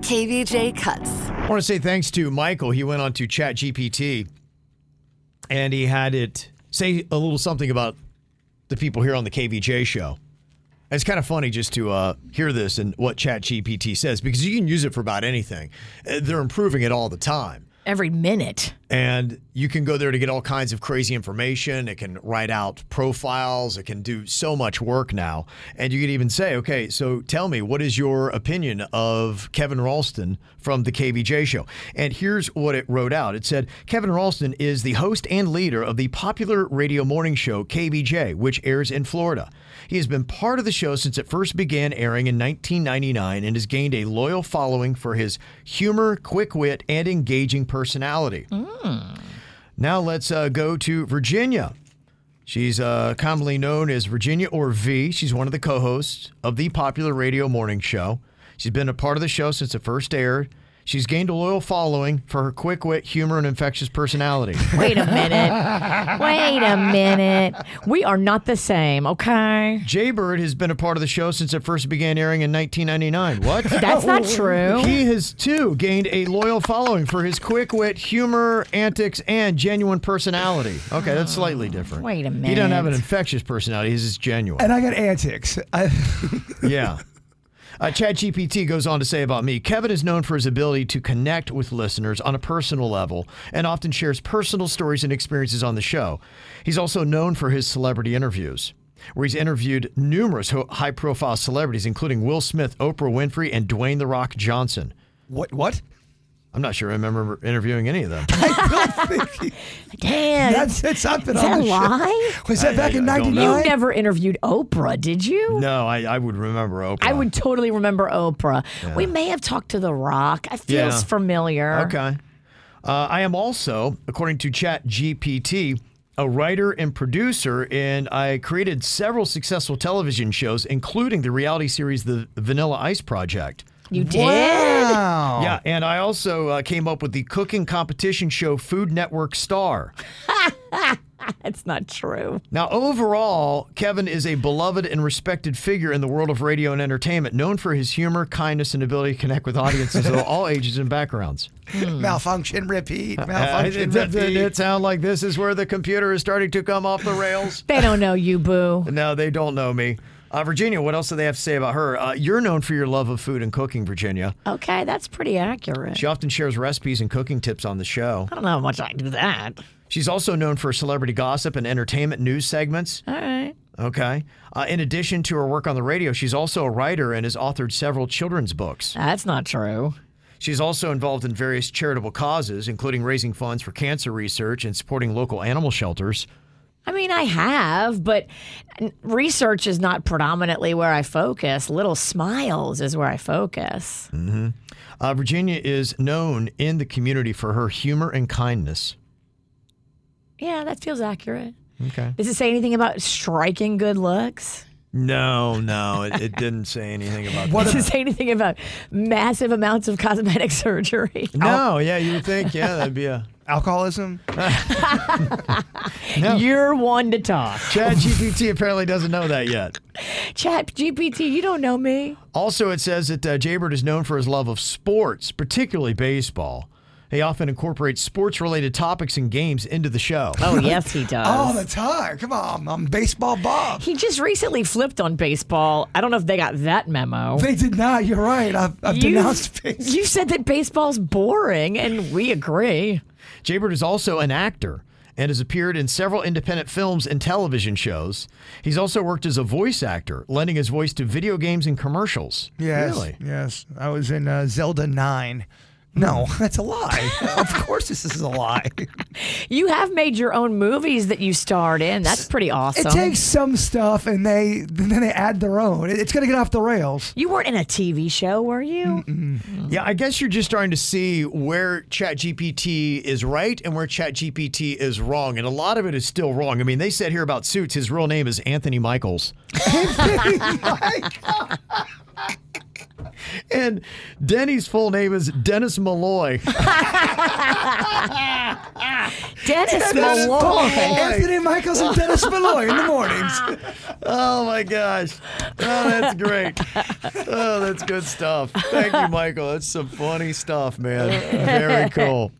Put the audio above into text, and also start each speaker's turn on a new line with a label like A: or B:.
A: KVJ cuts.
B: I want to say thanks to Michael. He went on to ChatGPT and he had it say a little something about the people here on the KVJ show. And it's kind of funny just to uh, hear this and what ChatGPT says because you can use it for about anything. Uh, They're improving it all the time.
C: every minute.
B: And you can go there to get all kinds of crazy information. It can write out profiles. It can do so much work now. And you could even say, okay, so tell me, what is your opinion of Kevin Ralston from the KVJ show? And here's what it wrote out it said Kevin Ralston is the host and leader of the popular radio morning show KVJ, which airs in Florida. He has been part of the show since it first began airing in 1999 and has gained a loyal following for his humor, quick wit, and engaging personality. Now let's uh, go to Virginia. She's uh, commonly known as Virginia or V. She's one of the co hosts of the popular radio morning show. She's been a part of the show since it first aired. She's gained a loyal following for her quick wit, humor, and infectious personality.
C: Wait a minute. Wait a minute. We are not the same, okay?
B: Jaybird has been a part of the show since it first began airing in 1999. What?
C: That's not
B: Oh.
C: true.
B: He has too gained a loyal following for his quick wit, humor, antics, and genuine personality. Okay, that's slightly different.
C: Wait a
B: He doesn't have an
C: minute.
B: infectious personality. He's just genuine.
D: And I got antics. I,
B: yeah. Uh, ChatGPT goes on to say about me Kevin is known for his ability to connect with listeners on a personal level and often shares personal stories and experiences on the show. He's also known for his celebrity interviews, where he's interviewed numerous high profile celebrities, including Will Smith, Oprah Winfrey, and Dwayne The Rock Johnson.
D: what? What?
B: I'm not sure I remember interviewing any of them.
D: I don't think he-
C: Damn.
D: that's it's up and
B: Oh,
C: Is that
D: on
C: a
D: the
C: lie?
D: show. Was that
B: I-
D: back in
B: I don't know.
C: you
D: '99?
C: never interviewed Oprah, did you?
B: No, I, I would remember Oprah.
C: I would totally remember Oprah. We may have talked to The Rock. I feels
B: Yeah.
C: familiar.
B: Okay. Uh, I am also, according to Chat GPT, a writer and producer, and I created several successful television shows, including the reality series The Vanilla Ice Project.
C: You did?
D: Wow.
B: Yeah, and I also uh, came up with the cooking competition show Food Network Star.
C: That's not true.
B: Now, overall, Kevin is a beloved and respected figure in the world of radio and entertainment, known for his humor, kindness, and ability to connect with audiences of all ages and backgrounds.
D: Malfunction, repeat.
B: Uh,
D: Malfunction,
B: it doesn't it
D: repeat.
B: sound like this is where the computer is starting to come off the rails?
C: They don't know you, boo.
B: no, they don't know me. Uh, Virginia, what else do they have to say about her? Uh, you're known for your love of food and cooking, Virginia.
C: Okay, that's pretty accurate.
B: She often shares recipes and cooking tips on the show.
C: I don't know how much I do that.
B: She's also known for celebrity gossip and entertainment news segments.
C: All right.
B: Okay. Uh, in addition to her work on the radio, she's also a writer and has authored several children's books.
C: That's not true.
B: She's also involved in various charitable causes, including raising funds for cancer research and supporting local animal shelters.
C: I mean, I have, but n- research is not predominantly where I focus. Little smiles is where I focus.
B: Uh, Virginia is known in the community for her humor and kindness.
C: Yeah, that feels accurate.
B: Okay.
C: Does it say anything about striking good looks?
B: No, no, it, it didn't say anything about
D: What
C: Does
D: a-
C: it say anything about massive amounts of cosmetic surgery?
B: No, yeah, you would think, yeah, that'd be a.
D: alcoholism?
B: No.
C: You're one to talk.
B: Chad GPT apparently doesn't know that yet.
C: Chat GPT, you don't know me.
B: Also, it says that uh, Jaybird is known for his love of sports, particularly baseball. He often incorporates sports related topics and games into the show.
C: Oh, yes, he
D: All
C: does.
D: the time. Come on, I'm baseball Bob.
C: He just recently flipped on baseball. I don't know if they got that memo.
D: They did not. You're right. I've, I've
C: You-
D: denounced baseball.
C: You said that baseball's boring, and we agree.
B: Jaybird is also an actor and has appeared in several independent films and television shows. He's also worked as a voice actor, lending his voice to video games and commercials.
D: Yes.
B: Really?
D: Yes. I was in uh, Zelda 9 No, that's a lie. of course, this is a lie.
C: You have made your own movies that you starred in. That's pretty awesome.
D: It takes some stuff, and they then they add their own. It- It's gonna get off the rails.
C: you weren't in a TV show, were you?
B: Yeah, I guess you're just starting to see where ChatGPT is right and where ChatGPT is wrong. And a lot of it is still wrong. I mean, they said here about Suits, his real name is Anthony Michaels. and Denny's full name is Dennis Malloy.
C: Dennis Malloy.
D: Anthony Michaels and Dennis Malloy in the mornings.
B: Oh my gosh. Oh, that's great. Oh, that's good stuff. Thank you, Michael. That's some funny stuff, man. Very cool.